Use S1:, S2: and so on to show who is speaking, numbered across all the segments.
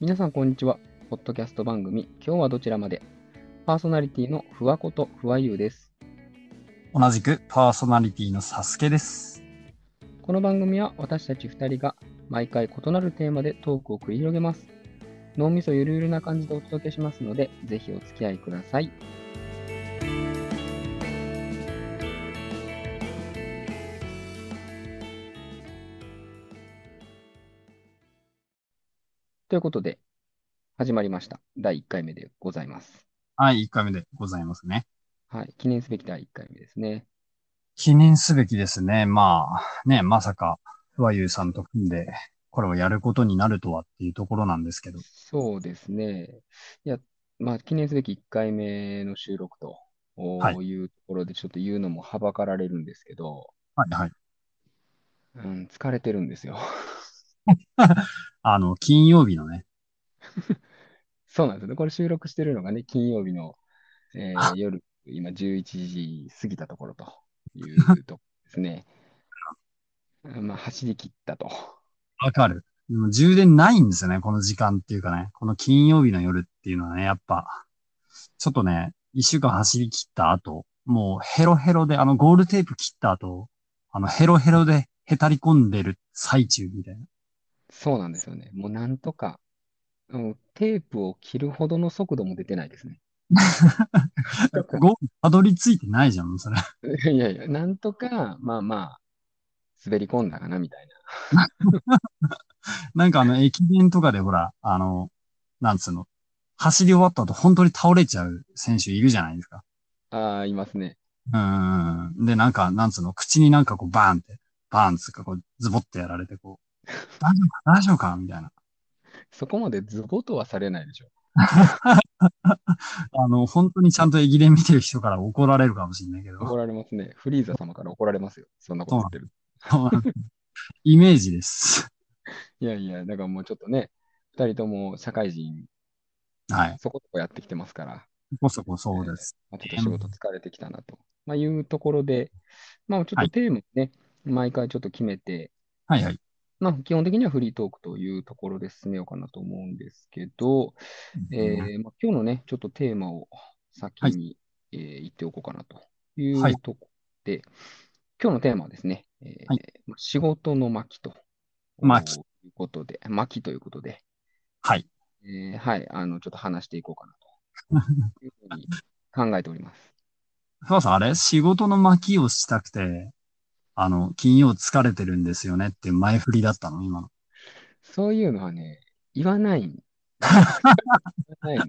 S1: 皆さんこんにちは。ポッドキャスト番組、今日はどちらまでパーソナリティのふわことふわゆうです。
S2: 同じくパーソナリティのサスケです。
S1: この番組は私たち2人が毎回異なるテーマでトークを繰り広げます。脳みそゆるゆるな感じでお届けしますので、ぜひお付き合いください。ということで、始まりました。第1回目でございます。
S2: はい、1回目でございますね。
S1: はい。記念すべき第1回目ですね。
S2: 記念すべきですね。まあ、ね、まさか、ふわゆうさんと組んで、これをやることになるとはっていうところなんですけど。
S1: そうですね。いや、まあ、記念すべき1回目の収録と
S2: はい
S1: いうところで、ちょっと言うのもはばかられるんですけど、
S2: はいはい。
S1: うん、疲れてるんですよ。
S2: あの、金曜日のね、
S1: そうなんですよね。これ収録してるのがね、金曜日の、えー
S2: あ
S1: 夜、今11時過ぎたところと いうところですね。まあ、走り切ったと。
S2: わかる。でも充電ないんですよね、この時間っていうかね。この金曜日の夜っていうのはね、やっぱ、ちょっとね、一週間走り切った後、もうヘロヘロで、あのゴールテープ切った後、あのヘロヘロでへたり込んでる最中みたいな。
S1: そうなんですよね。もうなんとか、うん、テープを切るほどの速度も出てない ですね。なんか
S2: ゴールたどり着いてないじゃん、それ。
S1: いやいや、なんとか、まあまあ、滑り込んだかな、みたいな。
S2: なんかあの、駅伝とかでほら、あの、なんつうの、走り終わった後本当に倒れちゃう選手いるじゃないですか。
S1: ああ、いますね。
S2: うんうんうん。で、なんか、なんつうの、口になんかこうバーンって、バーンつうかこう、ズボってやられてこう、大丈夫か大丈夫かみたいな。
S1: そこまでズボとはされないでしょ。
S2: あの、本当にちゃんと駅伝見てる人から怒られるかもしれないけ
S1: 怒
S2: ど、
S1: られますね。フリーザ様から怒られますよ。そんなこと言ってる。
S2: イメージです。
S1: いやいや、だからもうちょっとね、二人とも社会人、
S2: はい。
S1: そこそこやってきてますから、
S2: そこそこそうです。
S1: まあ、ちょっと仕事疲れてきたなと、まあ、いうところで、まあちょっ
S2: は
S1: と
S2: い
S1: テーマね、毎回ちょっと決めて、
S2: はいはい。
S1: まあ、基本的にはフリートークというところで進めようかなと思うんですけど、えーまあ、今日のね、ちょっとテーマを先に、えー言っておこうかなとい
S2: はいう
S1: とこで、今日のテーマはですね、えー
S2: はい
S1: まあ仕事の巻と
S2: 巻
S1: いうことで、巻ということで、
S2: はい。
S1: えーはい、あの、ちょっと話していこうかな というふうに考えております。
S2: そうそう、あれ仕事の巻きをしたくて、あの、金曜疲れてるんですよねっていう前振りだったの、今の。
S1: そういうのはね、言わない ん言わないの
S2: いや、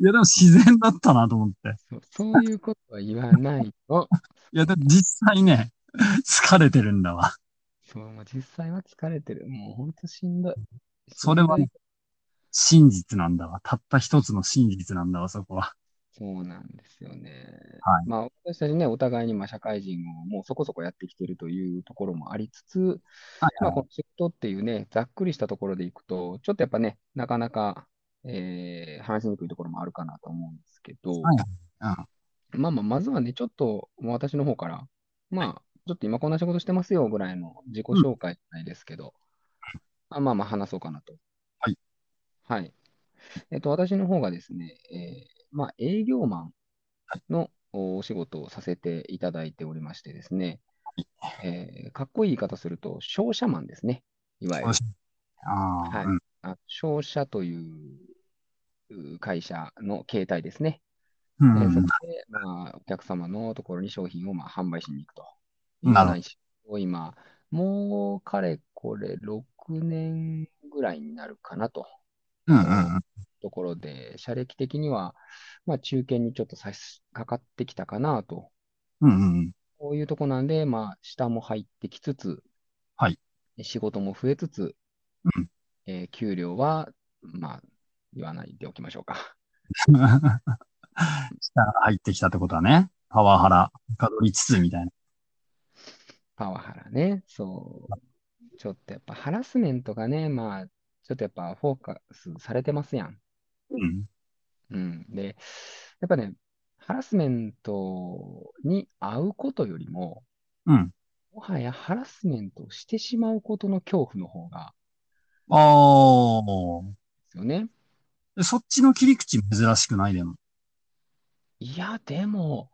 S2: でも自然だったなと思って。
S1: そうそういうことは言わないの。
S2: いや、でも実際ね、疲れてるんだわ。
S1: そう、まあ、実際は疲れてる。もうほんとしんどい。
S2: それは
S1: しんどい
S2: 真実なんだわ。たった一つの真実なんだわ、そこは。
S1: そうなんですよね。
S2: はい
S1: まあ、私たちね、お互いにまあ社会人をもうそこそこやってきてるというところもありつつ、
S2: はい
S1: まあ、
S2: はい
S1: この仕事っていうね、ざっくりしたところでいくと、ちょっとやっぱね、なかなか、えー話しにくいところもあるかなと思うんですけど、
S2: はいうん
S1: まあまあ、まずはね、ちょっともう私の方から、まあ、ちょっと今こんな仕事してますよぐらいの自己紹介じゃないですけど、あまあまあ話そうかなと。
S2: はい。
S1: はい。えっと、私の方がですね、えーまあ、営業マンのおお仕事をさせていただいておりましてですね、えーかっこいい言い方すると、商社マンですね、いわゆる
S2: 商。社あ
S1: は
S2: あ、
S1: い
S2: うん
S1: あ商社というう会社の形態ですね。
S2: う
S1: でそこ
S2: ん。
S1: で、まあ、お客様のところに商品をまあ販売しに行くと。
S2: なるほど
S1: いど。今、もうかれこれ6年ぐらいになるかなと。
S2: うんうんうん。
S1: ところで、社歴的には、まあ、中堅にちょっと差し掛かってきたかなと。
S2: うんうんうん。
S1: こういうとこなんで、まあ、下も入ってきつつ、
S2: はい。
S1: 仕事も増えつつ、
S2: うん
S1: えー給料は、まあ、言わないでおきましょうか。
S2: 下から入ってきたってことはね、パワハラ、かどりつつみたいな。
S1: パワハラね、そう。ちょっとやっぱハラスメントがね、まあ、ちょっとやっぱフォーカスされてますやん。
S2: うん。
S1: うん。で、やっぱね、ハラスメントに遭うことよりも、
S2: うん。
S1: もはやハラスメントをしてしまうことの恐怖の方が、
S2: おー。
S1: ですよね。
S2: でそっちの切り口珍しくないでも。
S1: いや、でも、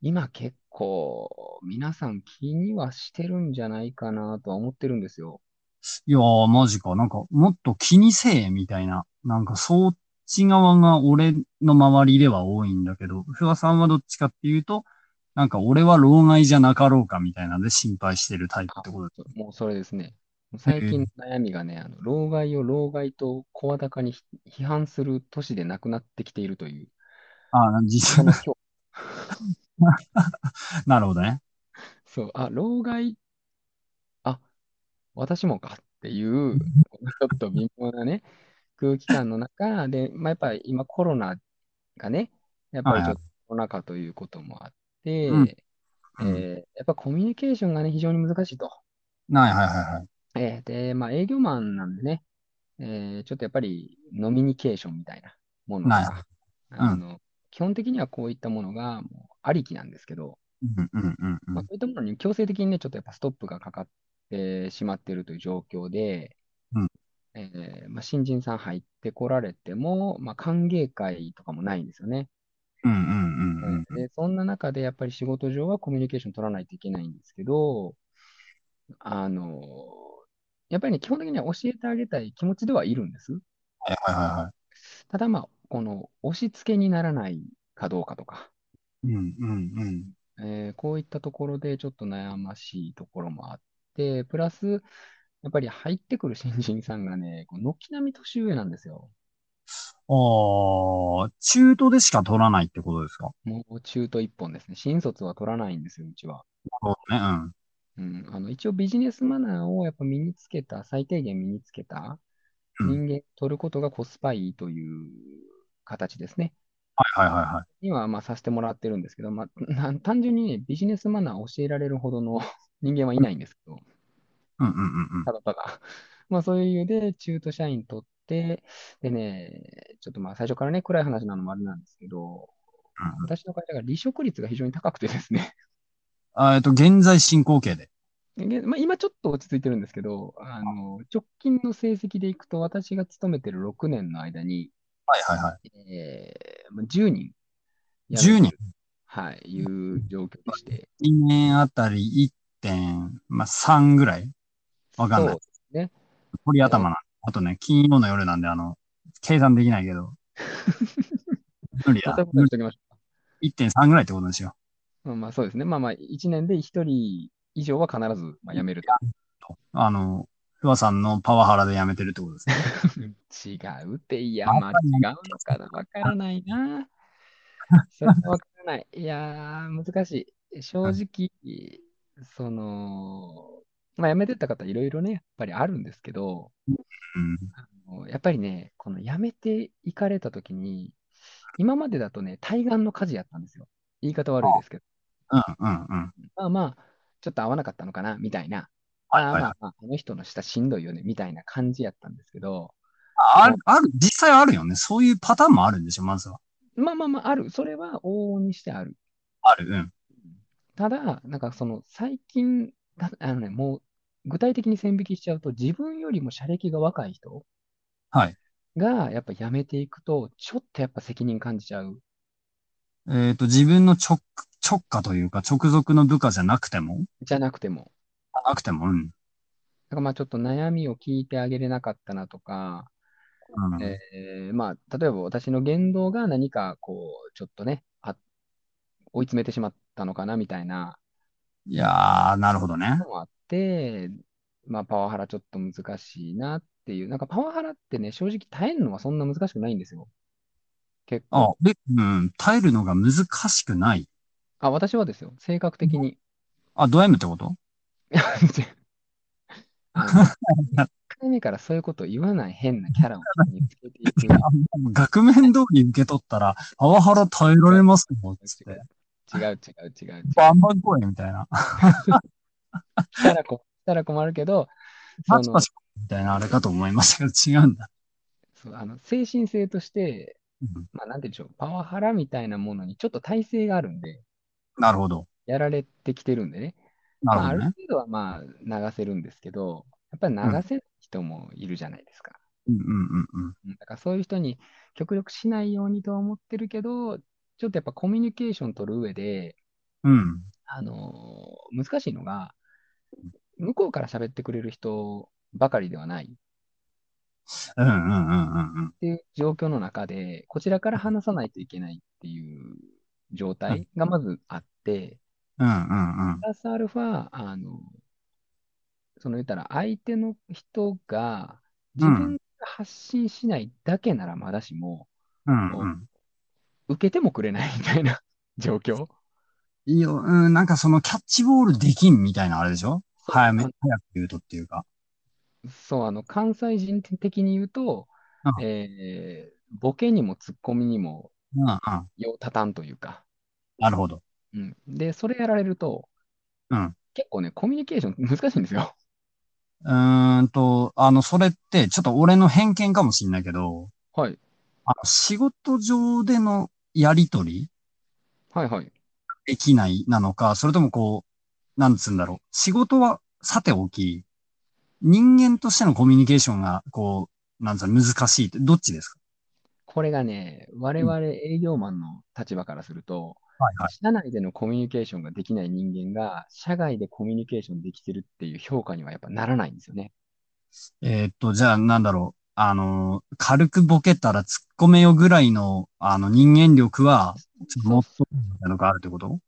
S1: 今結構、皆さん気にはしてるんじゃないかなとは思ってるんですよ。
S2: いやー、マジか。なんか、もっと気にせえ、みたいな。なんか、そっち側が俺の周りでは多いんだけど、ふわさんはどっちかっていうと、なんか、俺は老害じゃなかろうか、みたいなんで心配してるタイプってことだ。
S1: そうもうそれですね。最近の悩みがね、あの、老害を老害と声高にひ批判する都市でなくなってきていると いう、
S2: ああ、
S1: こ
S2: 実
S1: の
S2: 際、
S1: 恐怖
S2: なるほどね。
S1: そう、あ、老害、あ、私もかっていう、このちょっと微妙なね、空気感の中で、まあ、やっぱり今コロナがね、やっぱりちょっとコロナ禍ということもあって、
S2: うん
S1: えーやっぱコミュニケーションがね、非常に難しいと。
S2: ない、はい、はい、はい。
S1: えーで、まあ、営業マンなんでね、えーちょっとやっぱりノミニケーションみたいなもの
S2: ない
S1: が、あの、基本的にはこういったものがもうありきなんですけど、
S2: うん、うん、うん、うん
S1: まあ、そういったものに強制的にね、ちょっとやっぱストップがかかってしまっているという状況で、
S2: うん
S1: えーまあ、新人さん入ってこられても、まあ、歓迎会とかもないんですよね。
S2: うん、うん、うん、うん。
S1: で、そんな中でやっぱり仕事上はコミュニケーション取らないといけないんですけど、あの、やっぱりね、基本的には教えてあげたい気持ちではいるんです。
S2: はい、はい、はいは
S1: ただまあ、この押し付けにならないかどうかとか、
S2: い。うん、うん、うん。
S1: えーこういったところでちょっと悩ましいところもあって、プラス、やっぱり入ってくる新人さんがね、こう軒並み年上なんですよ。
S2: ああ、中途でしか取らないってことですか
S1: もう中途一本ですね。新卒は取らないんですよ、うちは。
S2: そうね、うん。
S1: うん、あの一応ビジネスマナーをやっぱ身につけた、最低限身につけた
S2: う
S1: 人
S2: ん
S1: 間取ることがコスパいいという形ですね。
S2: はいはいはいはい。
S1: 今はまあさせてもらってるんですけど、まあ、な単純にね、ビジネスマナーを教えられるほどの人間はいないんですけど、
S2: うんうんうん
S1: ただただ。 まあそういう理由で中途社員取って、でね、ちょっとまあ最初からね、暗い話なのもあれなんですけど、
S2: うん。
S1: 私の会社が離職率が非常に高くてですね、
S2: あえっと、現在進行形で。
S1: でまあ、今ちょっと落ち着いてるんですけど、あの直近の成績でいくと、私が勤めてる6年の間に、
S2: はいはいはい。
S1: えーまあ10人辞めてる
S2: 10人。
S1: はい、いう状況でして、
S2: 1年あたり1.3、まあ、3ぐらいわかんな
S1: そ
S2: い
S1: う。ですね。
S2: 鳥頭な。あとね、金曜の夜なんで、あの、計算できない けど。無理
S1: ま
S2: だ
S1: た。ことにしときましょ
S2: 1.3ぐらいってことにしよ
S1: う。まあ、まあそうですね。まあまあ、1年で1人以上は必ずまあ辞めると。
S2: う。あの、ふわさんのパワハラでやめてるってことですね。
S1: 違うって、いや、まあ違うのかな、わからない な。それはわからない。いやー、難しい。正直、その、まあ辞めてった方、いろいろね、やっぱりあるんですけど、
S2: うん。
S1: もうやっぱりね、この辞めていかれた時に、今までだとね、対岸の火事やったんですよ。言い方悪いですけど、
S2: うんうんうん。
S1: まあまあ、ちょっと合わなかったのかな、みたいな。
S2: はい
S1: あー
S2: はい
S1: ま
S2: はい。
S1: あまあ、あの人の下しんどいよね、みたいな感じやったんですけど、
S2: あある、ある、実際あるよね。そういうパターンもあるんでしょ、まずは。
S1: まあまあまあ、ある。それは往々にしてある。
S2: ある、うん。
S1: ただ、なんかその最近、だあのね、もう具体的に線引きしちゃうと、自分よりも社歴が若い人
S2: はい。
S1: がやっぱ辞めていくと、ちょっとやっぱ責任感じちゃう。
S2: えっと、自分の直、直下というか、直属の部下じゃなくても
S1: じゃなくても。
S2: なくても、うん。
S1: だからまあちょっと悩みを聞いてあげれなかったなとか、
S2: うん
S1: えーまあ例えば私の言動が何かこう、ちょっとね、あ、追い詰めてしまったのかなみたいな。
S2: いやー、なるほどね。
S1: のもあって、まあ、パワハラちょっと難しいなっていう、なんかパワハラってね、正直耐えるのはそんな難しくないんですよ。結
S2: あ
S1: 構。、
S2: で、うん、耐えるのが難しくない。
S1: あ、私はですよ、性格的に。
S2: あ、ド M ってこと
S1: あの一回目からそういうことを言わない変なキャラを見つけていく。
S2: あ額面通り受け取ったら、パワハラ耐えられますもん、つって。
S1: 違う違う違う違う。
S2: バンバン声みたいな。
S1: したら困したら困るけど、そ
S2: パチ
S1: の
S2: パチみたいなあれかと思いましたけど、違うんだ。
S1: そうあの精神性として、
S2: うん
S1: まあ、なんて言うんでしょう、パワハラみたいなものにちょっと耐性があるんで、
S2: なるほど。
S1: やられてきてるんでね。
S2: な
S1: まあ、
S2: るほ
S1: あ
S2: ど
S1: る
S2: ね。
S1: 程度はまあ流せるんですけど、やっぱり流せる人もいるじゃないですか。
S2: うんうんうんうん。
S1: うんだからそういう人に極力しないようにとは思ってるけど、ちょっとやっぱコミュニケーション取る上で、
S2: うん。
S1: あのー難しいのが、向こうから喋ってくれる人ばかりではない
S2: うんうんうんうんうん。
S1: っていう状況の中で、こちらから話さないといけないっていう状態がまずあって、
S2: うんうんうん
S1: プ。ラスアルファ、あの、その言ったら相手の人が自分が発信しないだけならまだしも、
S2: うんうん。
S1: 受けてもくれないみたいな 状況。
S2: いいよ、うん、なんかそのキャッチボールできんみたいなあれでしょ早め、
S1: あ
S2: 早く言うとっていうか。
S1: そう、あの、関西人的に言うと
S2: あ、
S1: えーボケにもツッコミにも
S2: うんうん。
S1: ようたたんというか、
S2: なるほど。
S1: うん。で、それやられると、
S2: うん
S1: 結構ね、コミュニケーション難しいんですよ。
S2: うーんと、あの、それって、ちょっと俺の偏見かもしんないけど、
S1: はい。
S2: あの仕事上でのやりとり
S1: はいはい。
S2: できないなのか、それともこう、なんつうんだろう。仕事はさておき、人間としてのコミュニケーションが、こう、なんつうの、難しいって、どっちですか
S1: これがね、我々営業マンの立場からすると、
S2: はい
S1: 社内でのコミュニケーションができない人間が、社外でコミュニケーションできてるっていう評価にはやっぱならないんですよね。
S2: えーっと、じゃあ、なんだろう。あのー、軽くボケたら突っ込めよぐらいの、あの、人間力は、ちょっともっと、みたいなのがあるってこと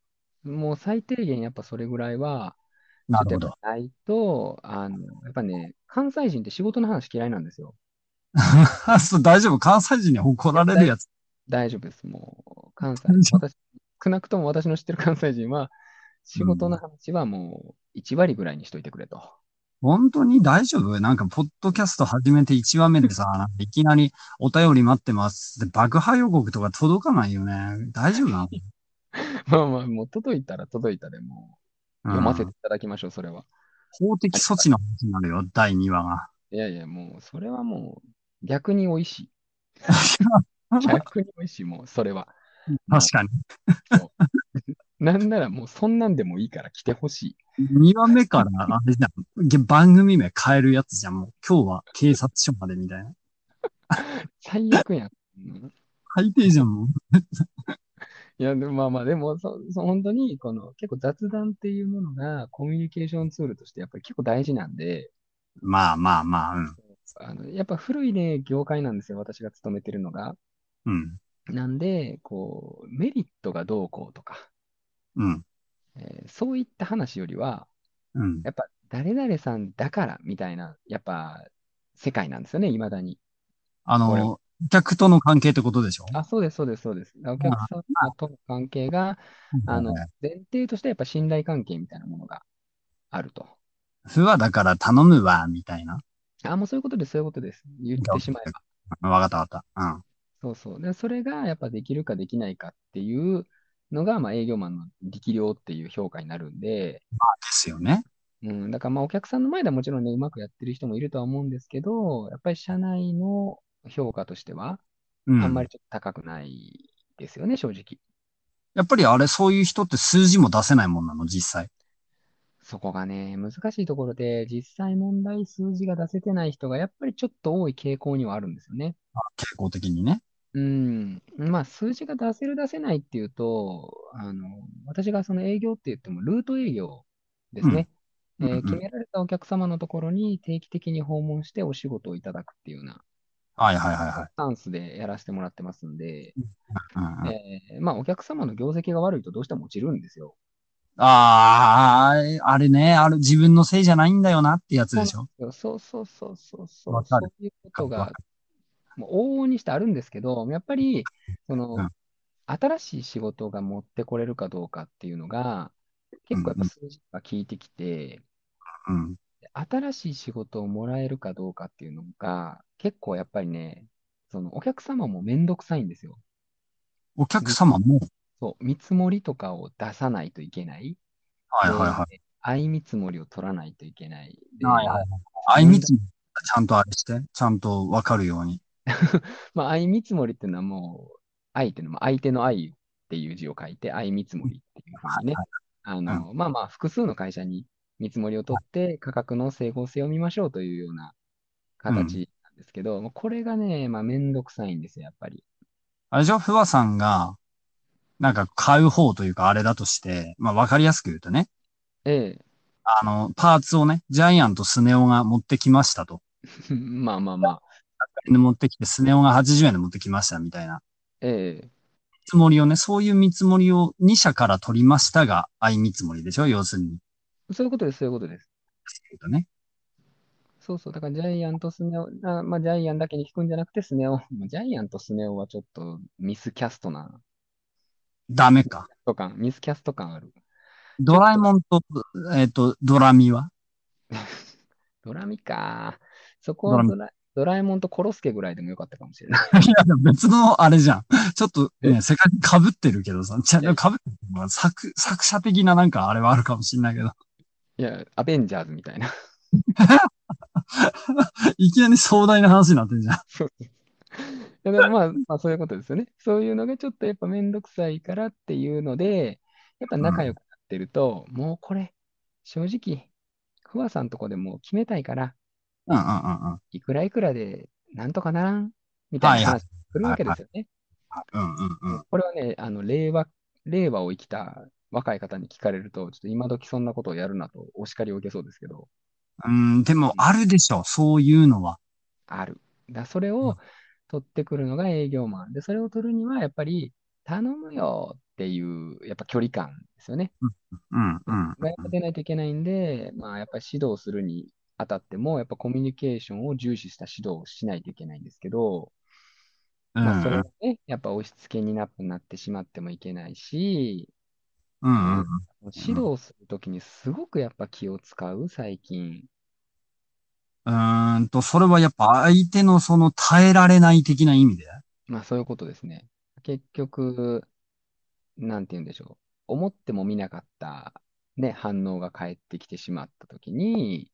S1: もう最低限やっぱそれぐらいは、
S2: なるほ
S1: ちょ
S2: ど
S1: っ。とやっぱないと、あの、やっぱね、関西人って仕事の話嫌いなんですよ。
S2: そう、大丈夫。関西人に怒られるやつ。
S1: 大丈夫です。もう、関西
S2: 大丈、
S1: 私、少なくとも私の知ってる関西人は、仕事の話はもう1割ぐらいにしといてくれと。
S2: 本当に大丈夫なんか、ポッドキャスト始めて1話目で さ、なんかいきなりお便り待ってますって爆破予告とか届かないよね。大丈夫 なの
S1: まあまあ、もう届いたら届いたでもう、読ませ
S2: う
S1: て
S2: ん
S1: いただきましょう、それは。
S2: 法的措置の話になるよ、第2話が。
S1: いやいや、もう、それはもう、逆に美味しい。
S2: 確
S1: 逆に美味しい、もう、それは。
S2: かに。
S1: なんならもう、そんなんでもいいから来てほしい。
S2: 2話目 から、あれじゃんげ。番組名変えるやつじゃん。もう今日は警察署までみたいな。
S1: 最悪やん。うん
S2: 最低じゃん、もう。
S1: いや、でもまあまあ、でもそ、そ本当に、この、結構雑談っていうものが、コミュニケーションツールとして、やっぱり結構大事なんで、
S2: まあまあまあ、うん。
S1: あのやっぱ古いね、業界なんですよ、私が勤めてるのが。
S2: うん。
S1: なんで、こう、メリットがどうこうとか、
S2: うん。
S1: えーそういった話よりは、
S2: うん。
S1: やっぱ誰々さんだからみたいな、やっぱ世界なんですよね、いまだに。
S2: あ
S1: 俺
S2: の、客との関係ってことでしょ
S1: あ、そうです、そうです、そうです。お客様との関係が、あの、前提としてやっぱ信頼関係みたいなものがあると。
S2: ふわだから頼むわ、みたいな。
S1: あ、もうそういうことです、そういうことです。言ってしまえば。
S2: うんわかったわかった。うん。
S1: そうそう。で、それがやっぱできるかできないかっていうのが、まあ営業マンの力量っていう評価になるんで、
S2: ですよね。
S1: うん、だからまあお客さんの前ではもちろんね、うまくやってる人もいるとは思うんですけど、やっぱり社内の評価としては、
S2: うん。
S1: あんまり
S2: り。
S1: ちょっと高くないですよね、正直。
S2: やっぱりあれ、そういう人って数字も出せないもんなの、実際。
S1: そこがね、難しいところで、実際問題数字が出せてない人がやっぱりちょっと多い傾向にはあるんですよね。
S2: 傾向的にね。
S1: うん。まあ、数字が出せる出せないっていうと、あの、私がその営業って言っても、ルート営業ですね。
S2: うん
S1: え
S2: うん
S1: ー
S2: うん
S1: 決められたお客様のところに定期的に訪問してお仕事をいただくっていうような
S2: はいはいはいはい
S1: スタンスでやらせてもらってますんで、。
S2: うんうん、
S1: えーまあ、お客様の業績が悪いとどうしても落ちるんですよ。
S2: あー、あれね、あれ自分のせいじゃないんだよなってやつでしょ。
S1: そうそうそうそうそう。
S2: わかる
S1: そういうこと
S2: わ
S1: が
S2: か、
S1: もう往々にしてあるんですけど、やっぱり、その、
S2: うん
S1: 新しい仕事が持ってこれるかどうかっていうのが、結構やっぱ数字が効いてきて、
S2: うん。
S1: 新しい仕事をもらえるかどうかっていうのが、結構やっぱりね、そのお客様もめんどくさいんですよ。
S2: お客様も、
S1: そう、見積もりとかを出さないといけない。
S2: はいはいはい。
S1: で相見積もりを取らないといけない。で
S2: はいはいはい。あいみつもちゃんとあれして、ちゃんとわかるように。
S1: まあ、相見積もりっていうのはもう、相手の、まあ、相手の愛っていう字を書いて、相見積もりっていうふうにね、あの、まあまあ、複数の会社に見積もりを取って、価格の整合性を見ましょうというような形なんですですけど、まあこれがね、まあ、めんどくさいんですよ、やっぱり。
S2: あれでしょふわさんが、なんか買う方というかあれだとして、まあわかりやすく言うとね、
S1: え
S2: あの、パーツをね、ジャイアンとスネ夫が持ってきましたと。
S1: え。 まあまあまあ。
S2: で、持ってきて、スネ夫が80円で持ってきましたみたいな。
S1: ええ。
S2: 見積もりをね、そういう見積もりを2社から取りましたが、相見積もりでしょ要するに。
S1: そういうことです、そういうことです。
S2: えっとね。
S1: そうそう。だからジャイアンとスネ夫、あまあ、ジャイアンだけに聞くんじゃなくてスネ夫。まあジャイアンとスネ夫はちょっとミスキャストな、
S2: ダメか。
S1: と感、ミスキャスト感ある。
S2: ドラえもんと、えっ、と、ドラミは
S1: ドラミか。そこはド
S2: ド
S1: ラドラえもんとコロスケぐらいでもよかったかもしれない。
S2: いや、でも別のあれじゃん。ちょっとね、世界被ってるけどさ、ちゃ被ってるけどまあ作、作者的ななんかあれはあるかもしんないけど、
S1: いや、アベンジャーズみたいな。
S2: いきなり壮大な話になってんじゃん。
S1: そうそういやでもまあ、 まあ、そういうことですよね。そういうのがちょっとやっぱめんどくさいからっていうので、やっぱ仲良くなってると、もうこれ、正直、ふわさんとこでもう決めたいから、
S2: うんうんうんうん。
S1: いくらいくらでなんとかならんみたいな
S2: は
S1: 話
S2: いは
S1: するわけですよね。
S2: うんうんうん。
S1: これはね、あの令和、令和を生きた若い方に聞かれると、ちょっと今時そんなことをやるなとお叱りを受けそうですけど、
S2: うん、でもあるでしょ、そういうのは。
S1: ある。だそれ
S2: うん
S1: を取ってくるのが営業マン。で、それを取るには、やっぱり、頼むよっていう、やっぱ距離感ですよね。
S2: うんうんうん。
S1: がやっぱ出ないといけないんで、まあ、やっぱり指導するにあたっても、やっぱコミュニケーションを重視した指導をしないといけないんですけど、
S2: うん
S1: まあ、それがね、やっぱ押し付けにななってしまってもいけないし、
S2: うんうん。
S1: 指導するときにすごくやっぱ気を使う、最近。
S2: うーんと、それはやっぱ相手のその耐えられない的な意味で。
S1: まあそういうことですね。結局、なんて言うんでしょう。思ってもみなかった、ね、反応が返ってきてしまったときに、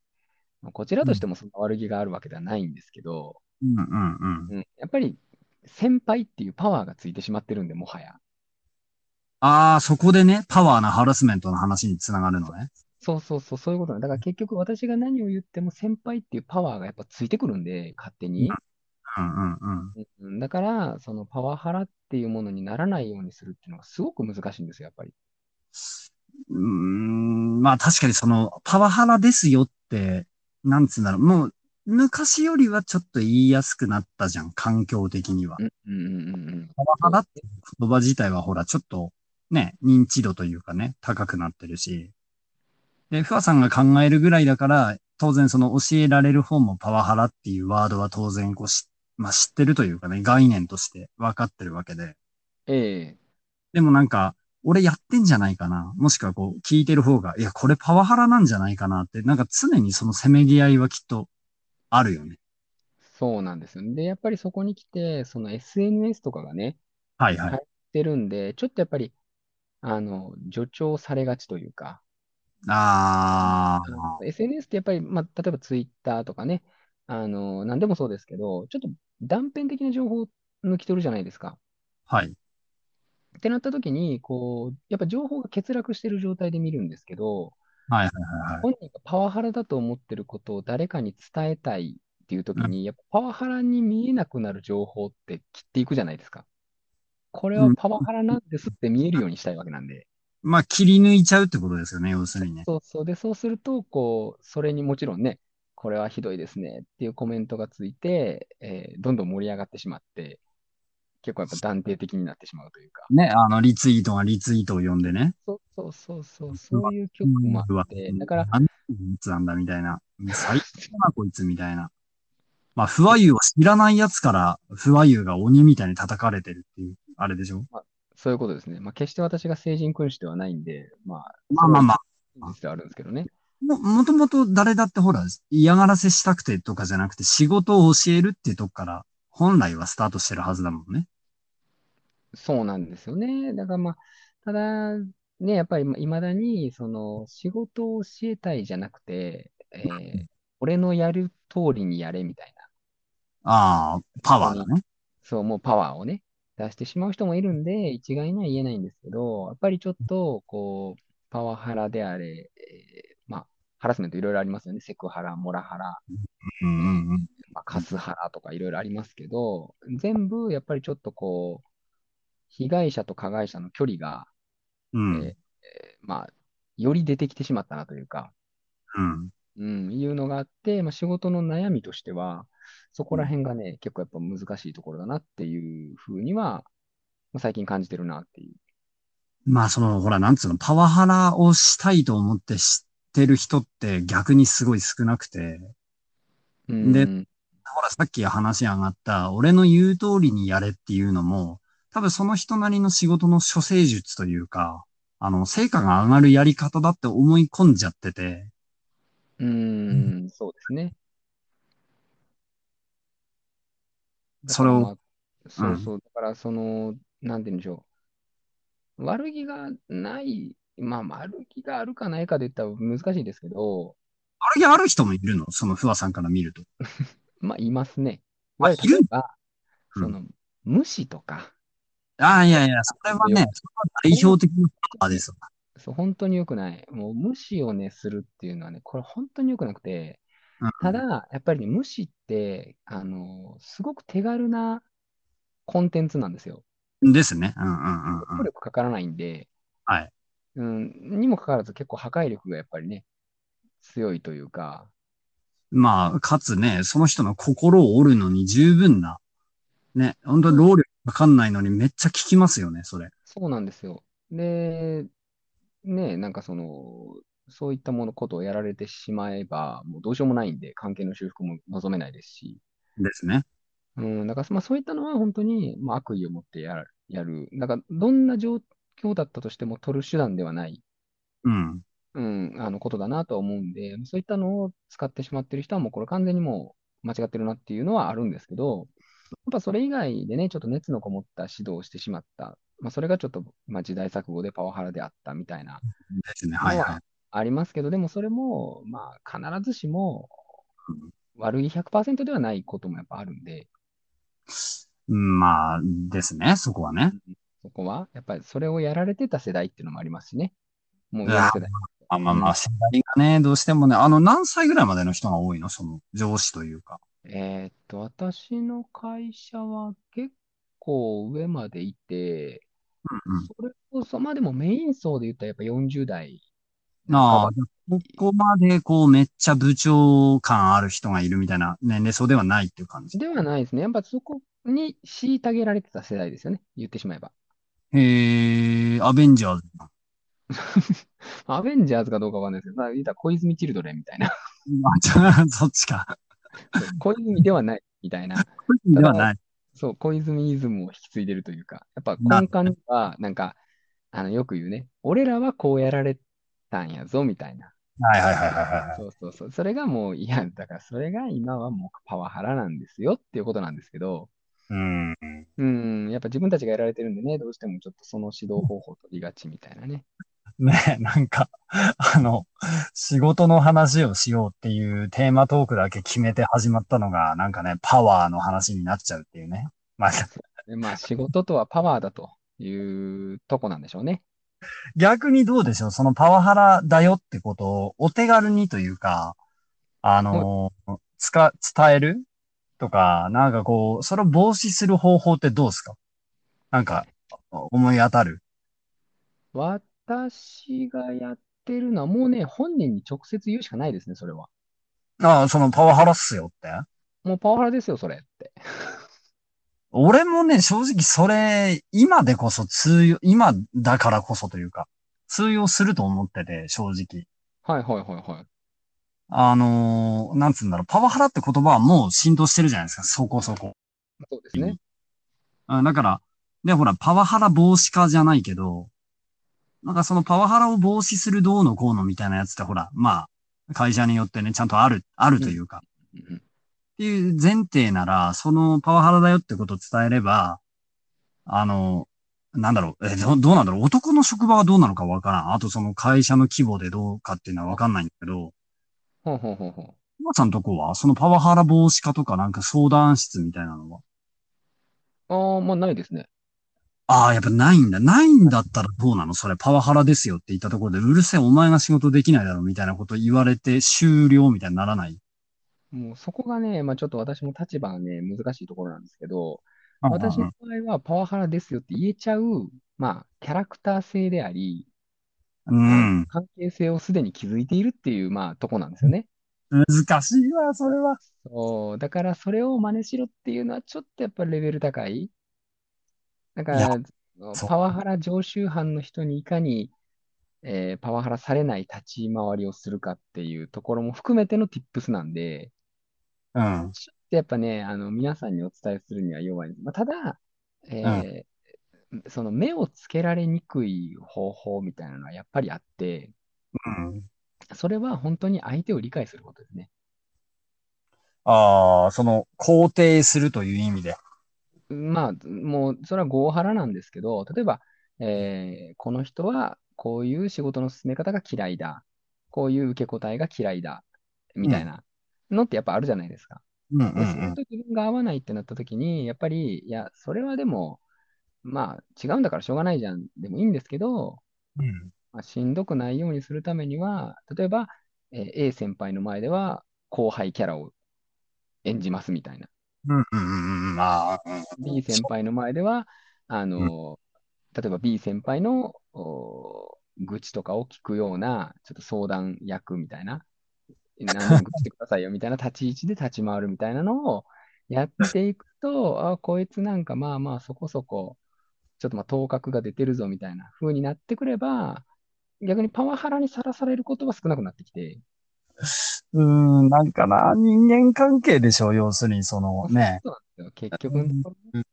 S1: まあこちらとしてもその悪気があるわけではないんですけど、
S2: うんうんうん。
S1: うんやっぱり先輩っていうパワーがついてしまってるんで、もはや。
S2: ああ、そこでね、パワーなハラスメントの話につながるのね。
S1: そうそうそう、そういうことなんだだから結局私が何を言っても先輩っていうパワーがやっぱついてくるんで、勝手に。
S2: うんうんうん。
S1: うんだから、そのパワハラっていうものにならないようにするっていうのがすごく難しいんですよ、やっぱり。
S2: うーんまあ確かにその、パワハラですよって、なんつうんだろう、もう、昔よりはちょっと言いやすくなったじゃん、環境的には。
S1: うんうんうんうんうん。
S2: パワハラって言葉自体はほら、ちょっと、ね、認知度というかね、高くなってるし。で、ふわさんが考えるぐらいだから、当然その教えられる方もパワハラっていうワードは当然こうし、まあ知ってるというかね、概念として分かってるわけで。
S1: ええ
S2: でもなんか、俺やってんじゃないかな。もしくはこう、聞いてる方が、いや、これパワハラなんじゃないかなって、なんか常にそのせめぎ合いはきっとあるよね。
S1: そうなんですよ。で、やっぱりそこに来て、その SNS とかがね、
S2: はいはい。
S1: はい出るんで、ちょっとやっぱり、あの、助長されがちというか、
S2: あ
S1: あの SNS ってやっぱり、まあ、例えば Twitter とかね、あの、何でもそうですけど、ちょっと断片的な情報抜き取るじゃないですか。
S2: ー、はい。
S1: ってなった時に、こう、やっぱ情報が欠落してる状態で見るんですけど、
S2: はいはいはいはい。
S1: 本人がパワハラだと思ってることを誰かに伝えたいっていうときに、やっぱパワハラに見えなくなる情報って切っていくじゃないですか。これはパワハラなんですって見えるようにしたいわけなんで。
S2: まあ、切り抜いちゃうってことですよね、要するにね。
S1: そうそう。で、そうすると、こう、それにもちろんね、これはひどいですねっていうコメントがついて、えーどんどん盛り上がってしまって、結構やっぱ断定的になってしまうというか。
S2: ね、あの、リツイートがリツイートを読んでね。
S1: そうそうそうそう、そういう曲もあって、だから、
S2: なんつなんだみたいな。最悪だな、こいつみたいな。まあ、不和優を知らない奴から、不和優が鬼みたいに叩かれてるっていう、あれでしょ
S1: そういうことですね。まあ、決して私が成人君主ではないんで、まあ、
S2: まあまあまあ。
S1: 実ではあるんですけどね。
S2: も、もともと誰だってほら、嫌がらせしたくてとかじゃなくて、仕事を教えるっていうとこから、本来はスタートしてるはずだもんね。
S1: そうなんですよね。だからまあ、ただ、ね、やっぱりいまだに、その、仕事を教えたいじゃなくて、えー俺のやる通りにやれみたいな、
S2: ああ、パワーだね。
S1: そう、もうパワーをね、出してしまう人もいるんで、一概には言えないんですけど、やっぱりちょっと、こう、パワハラであれ、えーまあ、ハラスメントいろいろありますよね。セクハラ、モラハラ、
S2: うんうんうん。
S1: まあ、カスハラとかいろいろありますけど、全部やっぱりちょっとこう、被害者と加害者の距離が、
S2: うん。
S1: ええーまあ、より出てきてしまったなというか、
S2: うん。
S1: うん、いうのがあって、まあ、仕事の悩みとしては、そこら辺がね、結構やっぱ難しいところだなっていうふうには、まあ最近感じてるなっていう。
S2: まあ、その、ほら、なんつうの、パワハラをしたいと思って知ってる人って逆にすごい少なくて、
S1: うん
S2: で
S1: うん
S2: ほら、さっき話上がった、俺の言う通りにやれっていうのも、多分その人なりの仕事の処世術というか、あの、成果が上がるやり方だって思い込んじゃってて、
S1: うん、そうですね。だ
S2: そ
S1: か
S2: れ
S1: ら
S2: を
S1: まあ、そうそう、だからその、なんて言うんでしょう。悪気がない、まあ、悪気があるかないかで言ったら難しいですけど、
S2: あれある人もいるのその不破さんから見ると。
S1: まあ、いますね。
S2: あ、い
S1: 例
S2: る
S1: えば、
S2: うん
S1: その、無視とか、
S2: ああ、いやいや、それはね、それは代表的なパワーですよ。
S1: そう、本当に良くない。もう無視をね、するっていうのはね、これ本当に良くなくて、
S2: うん
S1: ただ、やっぱりね、無視って、あの、すごく手軽なコンテンツなんですよ。
S2: ですね。うんうんうん
S1: 効
S2: うん。
S1: 力かからないんで、
S2: はい
S1: うん、にもかかわらず結構破壊力がやっぱりね、強いというか、
S2: まあ、かつね、その人の心を折るのに十分な、ね、本当に労力かかんないのにめっちゃ効きますよね、それ。
S1: そうなんですよ。で、ね、なんかその、そういったものことをやられてしまえば、もうどうしようもないんで、関係の修復も望めないですし、
S2: ですね。
S1: うん、だから、まあ、そういったのは本当に、まあ、悪意を持ってやる、やる。なんか、どんな状況だったとしても取る手段ではない、
S2: うん。
S1: うん、あのことだなとは思うんで、そういったのを使ってしまってる人は、もうこれ完全にもう間違ってるなっていうのはあるんですけど、やっぱそれ以外でね、ちょっと熱のこもった指導をしてしまった。まあ、それがちょっと、まあ、時代錯誤でパワハラであったみたいな
S2: ですね。はいはい。
S1: ありますけど、でもそれも、まあ、必ずしも悪い100%ではないこともやっぱあるんで、
S2: うんまあ、ですね、そこはね。
S1: そこは、やっぱりそれをやられてた世代っていうのもありますしね。もう上の世代。
S2: あまあまあ、世代がね、どうしてもね、あの、何歳ぐらいまでの人が多いのその、上司というか。
S1: えーっと、私の会社は結構上までいて、
S2: うんうん。
S1: それこそ、まあでもメイン層で言ったらやっぱ40代。
S2: ああ、ここまで、こう、めっちゃ部長感ある人がいるみたいな年齢層ではないっていう感じ。
S1: ではないですね。やっぱそこに虐げられてた世代ですよね。言ってしまえば。
S2: へえ、アベンジャーズ。
S1: アベンジャーズかどうかわかんないですけど、まあ言ったら小泉チルドレンみたいな。
S2: まあちょ、そっちか。
S1: 小泉ではないみたいな。
S2: ではない。
S1: そう、小泉イズムを引き継いでるというか、やっぱ
S2: な
S1: 根幹には、なんか、あの、よく言うね、俺らはこうやられたんやぞ、みたいな。
S2: はいはいはいはいはい。
S1: そうそうそう。それがもう、いや、だからそれが今はもうパワハラなんですよっていうことなんですけど、
S2: うん。
S1: うん、やっぱ自分たちがやられてるんでね、どうしてもちょっとその指導方法取りがちみたいなね。
S2: ね、なんか、あの、仕事の話をしようっていうテーマトークだけ決めて始まったのが、なんかね、パワーの話になっちゃうっていうね。まあ、
S1: でまあ、仕事とはパワーだというとこなんでしょうね。
S2: 逆にどうでしょうそのパワハラだよってことをお手軽にというか、あの、つか、伝えるとか、なんかこう、それを防止する方法ってどうですかなんか、思い当たる。
S1: 私がやってるのは、もうね、本人に直接言うしかないですね、それは。
S2: ああ、そのパワハラっすよって。
S1: もうパワハラですよ、それって。
S2: 俺もね、正直それ、今でこそ通用、今だからこそというか、通用すると思ってて、正直。
S1: はいはいはいはい。
S2: あのーなんつうんだろう、パワハラって言葉はもう浸透してるじゃないですか、そこそこ。
S1: そうですね。
S2: あだから、ね、ほら、パワハラ防止化じゃないけど、なんかそのパワハラを防止するどうのこうのみたいなやつってほら、まあ、会社によってね、ちゃんとある、あるというか、
S1: うん
S2: っていう前提なら、そのパワハラだよってことを伝えれば、あの、なんだろう、え、どどうなんだろう、男の職場はどうなのかわからん。あとその会社の規模でどうかっていうのはわかんないんだけど、
S1: ほうほうほうほう。
S2: 今さんとこは、そのパワハラ防止課とかなんか相談室みたいなのは。
S1: ああ、まあないですね。
S2: ああ、やっぱないんだ。ないんだったらどうなのそれパワハラですよって言ったところで、うるせえお前が仕事できないだろみたいなこと言われて終了みたいにならない。
S1: もうそこがね、まあ、ちょっと私も立場がね、難しいところなんですけど、
S2: うん
S1: 私
S2: うんう
S1: の
S2: ん
S1: 場合はパワハラですよって言えちゃう、まあ、キャラクター性であり、
S2: うん。
S1: 関係性をすでに築いているっていう、まあ、とこなんですよね。
S2: 難しいわ、それは。
S1: そう、だからそれを真似しろっていうのはちょっとやっぱりレベル高い。だか
S2: いや
S1: ら、
S2: そう
S1: パワハラ常習犯の人にいかに、えーパワハラされない立ち回りをするかっていうところも含めての tips なんで、
S2: うん。
S1: ちょっとやっぱね、あの、皆さんにお伝えするには弱い。まあ、ただ、えーその目をつけられにくい方法みたいなのはやっぱりあって、
S2: うん。
S1: それは本当に相手を理解することですね。
S2: ああ、その、肯定するという意味で。
S1: まあ、もう、それは合腹なんですけど、例えば、えーこの人はこういう仕事の進め方が嫌いだ。こういう受け答えが嫌いだ。みたいなのってやっぱあるじゃないですか。
S2: うんうんう
S1: で、それ
S2: ん。
S1: と自分が合わないってなった時に、やっぱり、いや、それはでも、まあ、違うんだからしょうがないじゃん。でもいいんですけど、
S2: うん。
S1: まあ、しんどくないようにするためには、例えば、えー A 先輩の前では後輩キャラを演じますみたいな。
S2: うんうんうんうん。ああ、うん。
S1: B 先輩の前では、あの、例えば B 先輩のお愚痴とかを聞くような、ちょっと相談役みたいな、何でも愚痴してくださいよみたいな立ち位置で立ち回るみたいなのをやっていくと、あ、こいつなんかまあまあそこそこ、ちょっとまあ頭角が出てるぞみたいな風になってくれば、逆にパワハラにさらされることは少なくなってきて、
S2: うーん、なんかな、人間関係でしょ、要するに、そのね。
S1: そうなんですよ結局のところね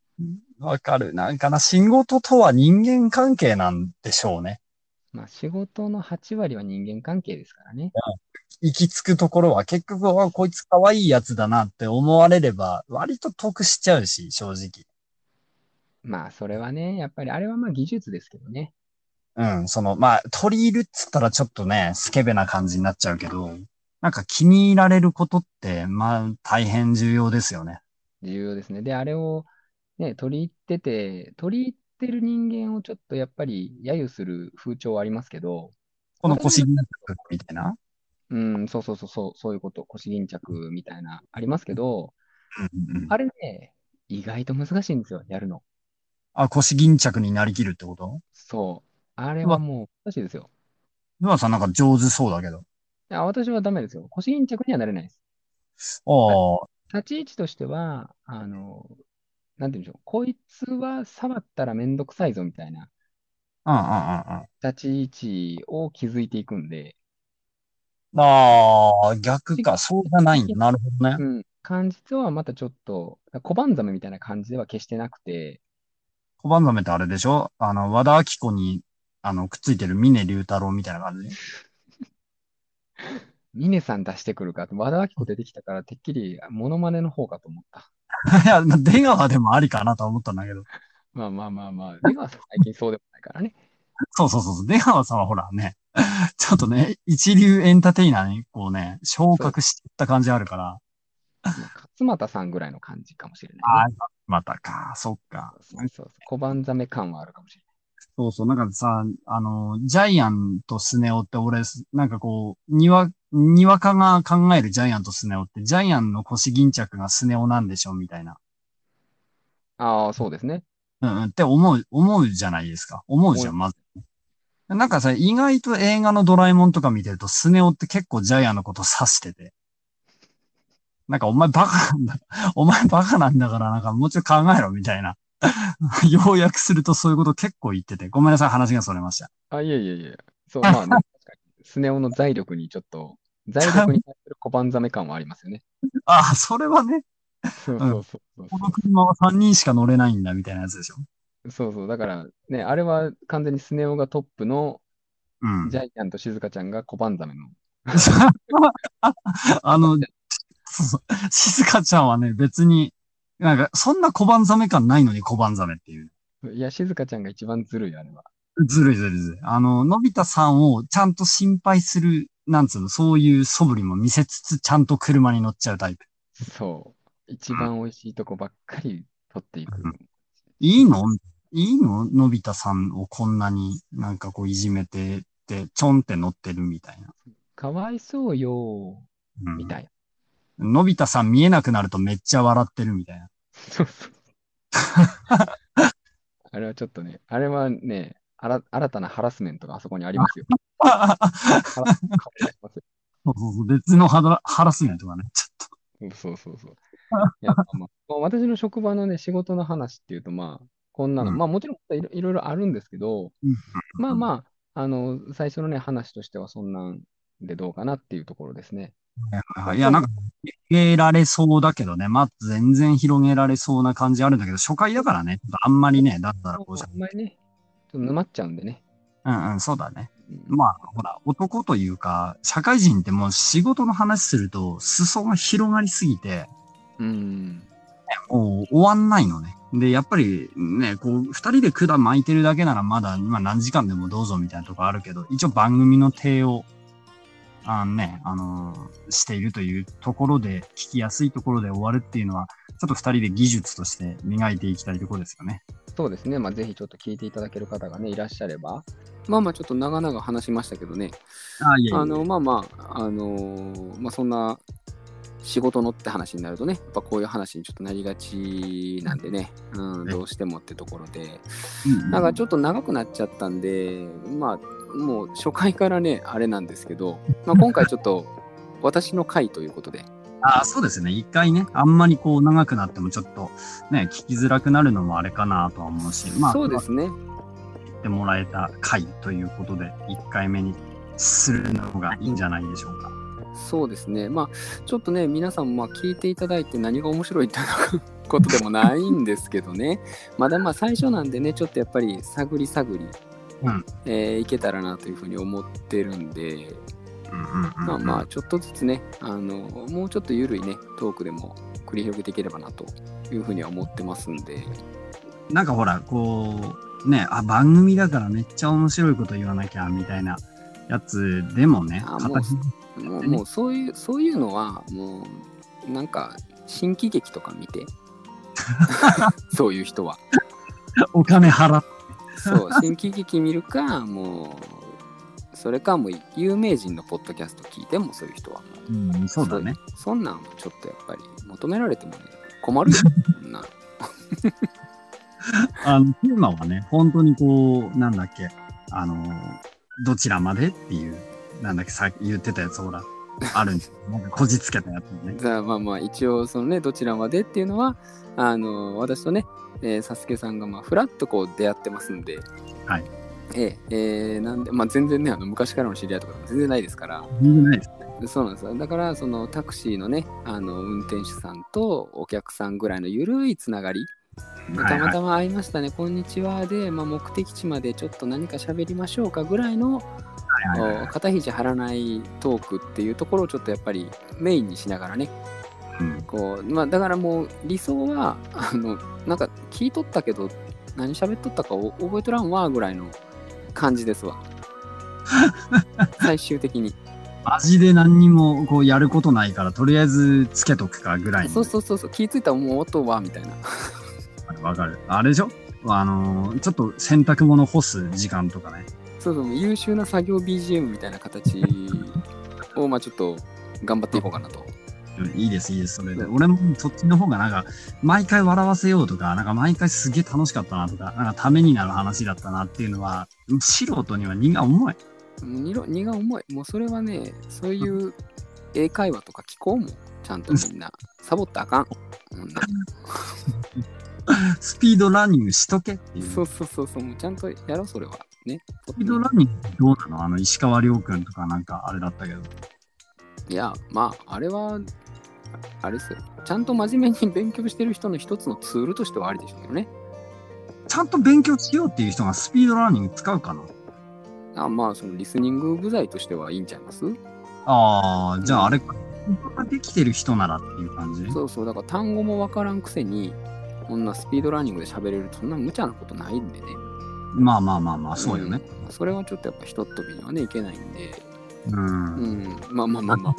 S2: わかる。なんかな、仕事とは人間関係なんでしょうね。
S1: まあ仕事の8割は人間関係ですからね。
S2: 行き着くところは、結局、あこいつ可愛いやつだなって思われれば、割と得しちゃうし、正直。
S1: まあ、それはね、やっぱりあれはまあ技術ですけどね。
S2: うん、その、まあ、取り入るっつったらちょっとね、スケベな感じになっちゃうけど、なんか気に入られることって、まあ、大変重要ですよね。
S1: 重要ですね。で、あれをね、取り入ってて、取り入ってる人間をちょっとやっぱり揶揄する風潮はありますけど、
S2: この腰銀みたいな。
S1: うん、そうそうそう、そうそういうこと、腰巾着みたいな、ありますけど、
S2: うんうんうん
S1: あれね、意外と難しいんですよ、やるの。
S2: あ、腰巾着になりきるってこと
S1: そう。あれはもう難しいですよ。
S2: ルアさんなんか上手そうだけど。
S1: いや私はダメですよ。腰巾着にはなれないです。
S2: ああ、
S1: 立ち位置としては、あの、なんて言うんでしょう。こいつは触ったらめんどくさいぞ、みたいな。
S2: うんうんうんうん。
S1: 立ち位置を築いていくんで、
S2: ああ、逆か。そうじゃないんだ。なるほどね。
S1: うん、感じとはまたちょっと、小判ザメみたいな感じでは決してなくて、
S2: 小判ザメってあれでしょあの、和田明子に、あの、くっついてる峰竜太郎みたいな感じ。
S1: 峰さん出してくるかと、和田アキ子出てきたから、てっきりモノマネの方かと思った。
S2: いや、出川でもありかなとは思ったんだけど。
S1: まあまあまあまあ、出川さん最近そうでもないからね。
S2: そうそうそうそう。出川さんはほらね、 ちょっとね、一流エンターテイナーにこうね、昇格していった感じあるから。
S1: まあ勝俣さんぐらいの感じかもしれ
S2: あ
S1: ない、
S2: あ
S1: ね。、
S2: またか、そっか。
S1: そうそうそう。小判ザメ感はあるかもしれない。
S2: そうそう、なんかさ、あの、ジャイアンとスネ夫って俺、なんかこう、にわ、にわかが考えるジャイアンとスネ夫って、ジャイアンの腰巾着がスネ夫なんでしょみたいな。
S1: ああ、そうですね。
S2: うんうんって思う、思うじゃないですか。思うじゃん、まず。なんかさ、意外と映画のドラえもんとか見てると、スネ夫って結構ジャイアンのこと指してて。なんかお前バカなんだ。 お前バカなんだから、なんかもうちょい考えろ、みたいな。 ようやくするとそういうこと結構言ってて。ごめんなさい、話がそれました。
S1: あ、いえいえいえ。そう、まあね、確かに。スネ夫の財力にちょっと、財力に対する小判ザメ感はありますよね。
S2: ああ、それはね、
S1: そうそうそうそう
S2: この車は3人しか乗れないんだ、みたいなやつでしょ。
S1: そうそう、だからね、あれは完全にスネ夫がトップの
S2: うん。
S1: ジャイアンと静香ちゃんが小判ザメの。
S2: あの、そうそう静香ちゃんはね、別に、なんか、そんな小判ザメ感ないのに小判ザメっていう。
S1: いや、静香ちゃんが一番ずるい、あれは。
S2: ずるいずるいずるい。あの、のび太さんをちゃんと心配する、なんつうの、そういう素振りも見せつつ、ちゃんと車に乗っちゃうタイプ。
S1: そう。一番美味しいとこばっかり取っていく。
S2: うんいいのいいののび太さんをこんなになんかこういじめてって、ちょんって乗ってるみたいな。
S1: かわいそうよ、
S2: うん
S1: みたい
S2: のび太さん見えなくなるとめっちゃ笑ってるみたいな。
S1: そうそう。あれはちょっとね、あれはね、あら新たなハラスメントがあそこにありますよ。ハラスメントがありますよ
S2: そうそうそう、別のハラハラスメントがね、ちょっ
S1: そうそう そう。いやまあまあ、私の職場のね、仕事の話っていうと、まあ、こんなの、
S2: うん
S1: まあもちろんいろいろいろあるんですけど、
S2: うん
S1: まあまあ、あの、最初のね、話としてはそんなんでどうかなっていうところですね。
S2: と。いや、なんか、広げられそうだけどね、まあ、全然広げられそうな感じあるんだけど、初回だからね、ちょっとあんまりね、だった
S1: あ
S2: ら
S1: ん
S2: こうしゃ、
S1: まりね、ちょっと沼っちゃうんでね。
S2: うんうん、そうだね。
S1: うん
S2: まあ、ほら、男というか、社会人ってもう仕事の話すると、裾が広がりすぎて、
S1: うん。
S2: もう終わんないのね。で、やっぱりね、こう、二人で管巻いてるだけならまだ、まあ何時間でもどうぞみたいなとこあるけど、一応番組の体を、あのね、あのーしているというところで、聞きやすいところで終わるっていうのは、ちょっと二人で技術として磨いていきたいところですよね。
S1: そうですね、まあ、ぜひちょっと聞いていただける方がね、いらっしゃれば。まあまあ、ちょっと長々話しましたけどね、
S2: ああ、いえいえ
S1: あの、まあまあ、あのーまあ、そんな仕事のって話になるとね、やっぱこういう話にちょっとなりがちなんでね、うん、
S2: ね
S1: どうしてもってところで、
S2: うん
S1: なんかちょっと長くなっちゃったんで、まあ、もう初回からね、あれなんですけど、まあ、今回ちょっと私の回ということで、
S2: ああ、そうですね。一回ね、あんまりこう長くなってもちょっとね、聞きづらくなるのもあれかなとは思うし、 まあ、
S1: そうですね、
S2: 言ってもらえた回ということで、一回目にするのがいいんじゃないでしょうか。
S1: そうですね。まあ、ちょっとね、皆さん、まあ、聞いていただいて何が面白いっていうことでもないんですけどね。 まだまあ、最初なんでね、ちょっとやっぱり探り探り、
S2: うん
S1: えーいけたらなというふうに思ってるんで、
S2: うんうんうんうん
S1: まあまあ、ちょっとずつね、あの、もうちょっと緩いね、トークでも繰り広げていければなというふうには思ってますんで、
S2: なんかほら、こう、ね、あ、番組だからめっちゃ面白いこと言わなきゃ、みたいなやつでもね、
S1: あもう
S2: 形に
S1: もうもうそういう、そういうのは、もう、なんか、新喜劇とか見 て、そういう人は。
S2: お金払っ
S1: そう、新喜劇見るか、もう、それか、もう、有名人のポッドキャスト聞いても、そういう人はもう、
S2: うん、そうだね。
S1: そんなん、ちょっとやっぱり、求められてもね、困 るよ、そんな。
S2: あの、テーマはね、本当にこう、なんだっけ、あの、どちらまでっていう、なんだっけ、さっき言ってたやつ、ほら、あるんですよなんかこじつけたやつね。
S1: じゃあ、まあまあ、一応、そのね、どちらまでっていうのは、あの、私とね、えーサスケさんが、まあ、ふらっとこう、出会ってますんで、
S2: はい。
S1: えええーなんで、まあ、全然ね、あの昔からの知り合いとかでも全然ないですから、
S2: 全然ないです。
S1: そうなんですよだからそのタクシーのねあの運転手さんとお客さんぐらいのゆるいつながりで
S2: はい
S1: た
S2: はい
S1: またま会いましたね「こんにちはで」まあ、目的地までちょっと何か喋りましょうかぐらいの、
S2: はいはいはい
S1: お肩肘張らないトークっていうところをちょっとやっぱりメインにしながらね
S2: うん
S1: こう、まあ、だからもう理想はあのなんか聞いとったけど何喋っとったかお覚えとらんわぐらいの感じです わ最終的に。
S2: マジで何にもこうやることないから、とりあえずつけとくかぐらいの
S1: そうそうそうそう気ぃついたらもう音はみたいな
S2: わかる。あれでしょあのーちょっと洗濯物干す時間とかね。
S1: そうそう優秀な作業 BGM みたいな形をまあちょっと頑張っていこうかなと
S2: いいです、いいです、それで。
S1: うん
S2: 俺もそっちの方がなんか、毎回笑わせようとか、なんか毎回すげえ楽しかったなとか、なんかためになる話だったなっていうのは、素人には荷が重い。
S1: もう荷ろ荷が重いもうそれはねそういう英会話とか聞こうもんちゃんとみ んなサボったらあかんこんな
S2: スピードランニングしとけっていう。ス
S1: そうそうそうそうもうちゃんとやろうそれはね
S2: ピードランニングってどうなのあの、石川亮君とかなんかあれだったけど。
S1: いやまああれはあれですよちゃんと真面目に勉強してる人の一つのツールとしてはありでしょうけどね
S2: ちゃんと勉強しようっていう人がスピードランニング使うかな
S1: あまあそのリスニング部材としてはいいんちゃいます
S2: ああ、じゃああれか。できてる人ならっていう感じ
S1: そうそうだから単語も分からんくせにこんなスピードランニングで喋れるそんな無茶なことないんでね
S2: まあまあまあまあ、そうよね。
S1: んそれはちょっとやっぱひとっ飛びにはねいけないんで
S2: うん
S1: うんまあまあまあまあ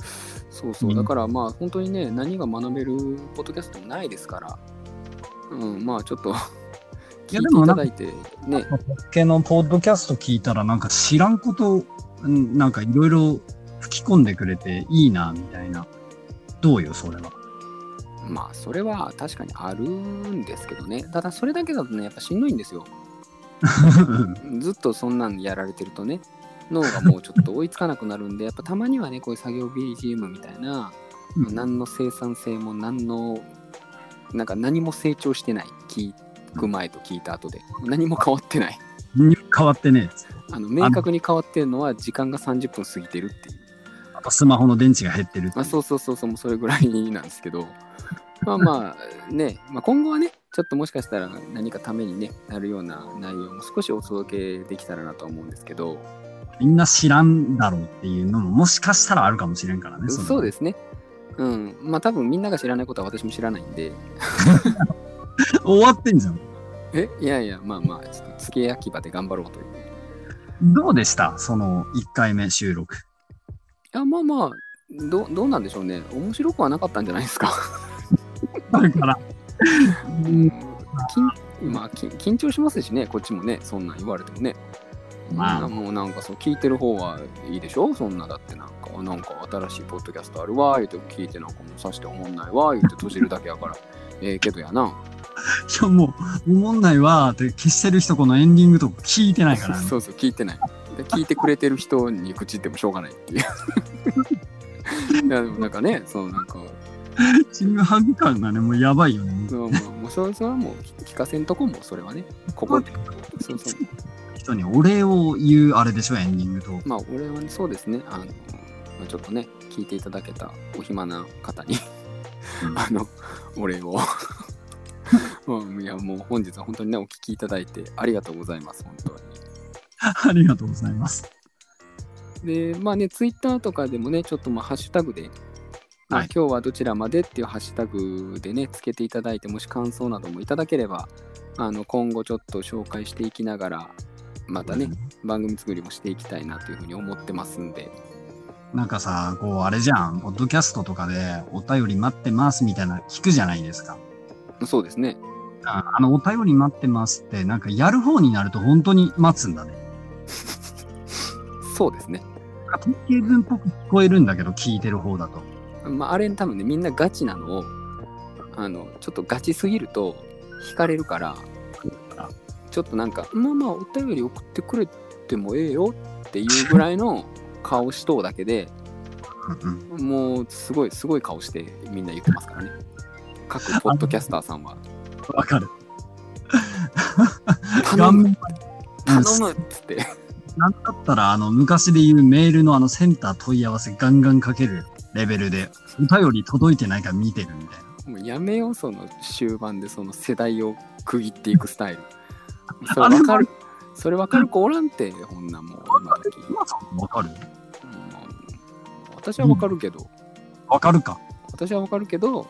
S1: そうそううんだからまあ本当にね何が学べるポッドキャストもないですからうんまあちょっと
S2: い
S1: 聞いて
S2: やで
S1: い
S2: も
S1: た
S2: なんか
S1: だいてね
S2: 系のポッドキャスト聞いたらなんか知らんことんなんかいろいろ吹き込んでくれていいなみたいなどうよ、それは。
S1: まあ、それは確かにあるんですけどね。ただ、それだけだとね、やっぱしんどいんですよ。ずっとそんなんやられてるとね、脳がもうちょっと追いつかなくなるんで、やっぱたまにはね、こういう作業 BGM みたいな、
S2: うん
S1: 何の生産性も何の、なんか何も成長してない。聞く前と聞いた後で。何も変わってない。
S2: 変わってねえ。
S1: あの明確に変わってるのは時間が30分過ぎてるっていう。
S2: あとスマホの電池が減ってるっ
S1: ま
S2: ていう
S1: あ、そうそうそうそう、もうそれぐらいなんですけど、 まあまあ、ね、まあ、今後はね、ちょっともしかしたら何かために、ね、なるような内容も少しお届けできたらなと思うんですけど、
S2: みんな知らんだろうっていうのももしかしたらあるかもしれんからね。
S1: そう
S2: の
S1: ですね。うん、まあ多分みんなが知らないことは私も知らないんで、
S2: 終わってんじゃん。
S1: えいやいや、まあまあ、ちょっと付け焼き場で頑張ろうという。
S2: どうでしたその1回目 収録。
S1: いや、まあまあ、どどうなんでしょうね。面白くはなかったんじゃないですか。
S2: だから。うん
S1: 緊まあ、緊緊張しますしね、こっちもね、そんなん言われてもね。
S2: まあ
S1: もうなんかそう聞いてる方はいいでしょそんなだってなんかあなんか新しいポッドキャストあるわ言うて聞いてなんかもうさして思んないわ言うて閉じるだけやからええけどやない、
S2: やもう、おもんないわーって消してる人このエンディングとか聞いてないから、ね
S1: そうそう聞いてないで聞いてくれてる人に口言ってもしょうがないって いういやでもなんかねそうなんか
S2: チームハグ感がね、もうやばいよね。
S1: そうまあもうそれそれはもう聞かせんとこもそれはねここでそうそう
S2: 人にお礼を言うあれでしょ、エンディングと。
S1: まあ俺はねそうですねあの、まあ、ちょっとね聞いていただけたお暇な方にあのお礼を うんいやもう本日は本当にねお聞きいただいてありがとうございます本当
S2: ありがとうございます。
S1: にでまあねツイッターとかでもねちょっとまあハッシュタグで、まあ
S2: はい
S1: 今日はどちらまでっていうハッシュタグでねつけていただいてもし感想などもいただければあの今後ちょっと紹介していきながらまたね、番組作りもしていきたいなというふうに思ってますんで
S2: なんかさ、こう、あれじゃん、ポッドキャストとかでお便り待ってますみたいな聞くじゃないですか。
S1: そうですね
S2: ああの、お便り待ってますって、なんかやる方になると本当に待つんだね。
S1: そうですね
S2: なんか定型文っぽく聞こえるんだけど、聞いてる方だと。
S1: まあ、あれ多分ねみんなガチなのをあのちょっとガチすぎると惹かれるから
S2: あ
S1: ちょっとなんかまあまあお便り送ってくれてもええよっていうぐらいの顔しとうだけで
S2: うんうん
S1: もうすごいすごい顔してみんな言ってますからね各ポッドキャスターさんは
S2: わかる。
S1: 頼む頼
S2: 顔面
S1: むっつって
S2: なんだったら、あの、昔で言うメールのあの、センター問い合わせガンガンかけるレベルで、お便り届いてないか見てるみたいな。
S1: もうやめようその終盤でその世代を区切っていくスタイルそ
S2: あ
S1: れわ
S2: れも
S1: かるそれわかる子おらんてこんなんもう今時
S2: 今さんわかる
S1: うん私はわかるけど、
S2: わかるか。
S1: 私はわかるけど、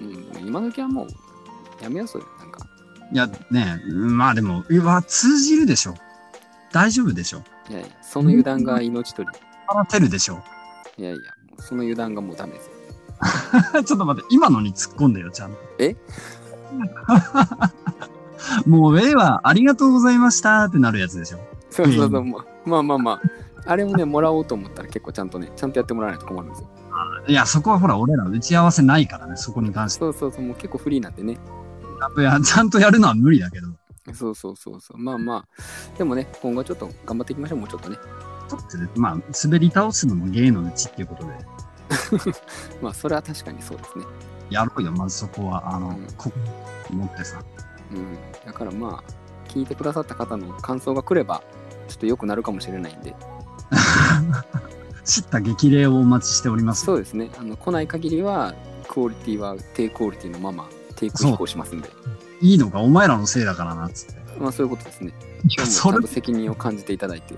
S1: うん、今時はもうやめようそれなんか
S2: いや、ねえ、まあでも、うわ、通じるでしょ。大丈夫でしょ。
S1: いやいやその油断が命取
S2: 話せるでしょ。
S1: りいやいやもうその油断がもうダメですよ
S2: ちょっと待って、今のに突っ込んだよ、ちゃんと。
S1: え
S2: もう、ええわ、ありがとうございましたってなるやつでしょ。
S1: そうそうそう、
S2: う
S1: まあまあまあまああれをねもらおうと思ったら結構ちゃんとねちゃんとやってもらわないと困るんですよ
S2: いや、そこはほら、俺ら打ち合わせないからね、そこに関して。
S1: そうそうそうもう結構フリーなんでね
S2: ちゃんとやちゃんとやるのは無理だけど。
S1: そうそうそうそうまあまあでもね今後ちょっと頑張っていきましょうもうちょっとね
S2: とってまあ、滑り倒すのも芸のうちっていうことで、
S1: まあそれは確かにそうですね
S2: やろうよ、まずそこは、あ
S1: う
S2: の
S1: ん、
S2: ここ持ってさ。
S1: うんだからまあ聞いてくださった方の感想が来ればちょっと良くなるかもしれないんで
S2: 知った激励をお待ちしております。
S1: そうですねあの来ない限りはクオリティは低クオリティのまま低空飛行しますんで
S2: いいのか、お前らのせいだからな、つって。
S1: まあそういうことですね
S2: い
S1: 今
S2: や、
S1: 日も
S2: そ
S1: ちゃ
S2: れ
S1: んと、責任を感じていただいて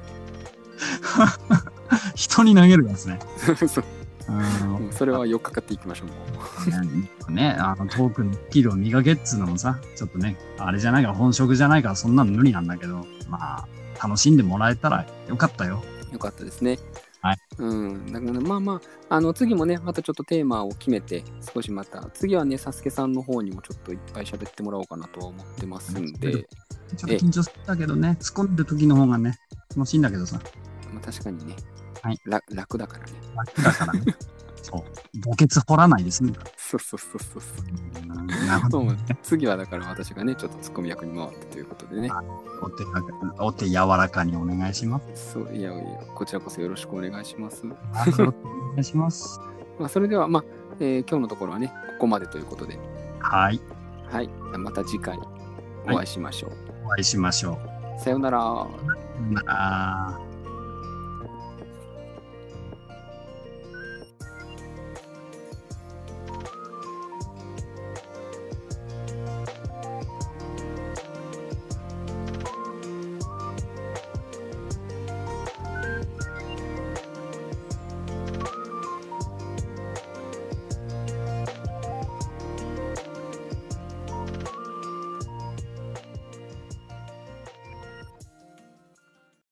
S2: 人に投げるやつね。
S1: そう
S2: う
S1: も
S2: ん
S1: うそれはよっかかっていきましょうも
S2: ね、あのトークのスキルを磨けっつうのもさ、ちょっとね、あれじゃないから、本職じゃないから、そんなの無理なんだけど、まあ、楽しんでもらえたらよかったよ。
S1: うよかったですね
S2: はい
S1: うんだからまあまああの次もねまたちょっとテーマを決めて少しまた次はねサスケさんの方にもちょっといっぱい喋ってもらおうかなとは思ってますんで、
S2: ちょっと緊張したけどね、突っ込んでる時の方がね、楽しいんだけどさ、
S1: まあ、確かにね、
S2: はい
S1: ら楽だからね
S2: 楽だからね。そう。墓穴掘らないですね。
S1: そうそうそうそうそう。
S2: うんなるほ
S1: そ
S2: ど。
S1: う 次はだから私がね、ちょっとツッコミ役に回ってということでね。
S2: お手や、お手柔らかにお願い します。
S1: そういやいや、こちらこそよろしくお願いします。
S2: はいよろしくお願いします。
S1: まあ、それでは、まあえー今日のところはね、ここまでということで、
S2: はい。
S1: はい、また次回お会いしましょう。
S2: お会いしましょ
S1: さようなら。
S2: う。さよなら。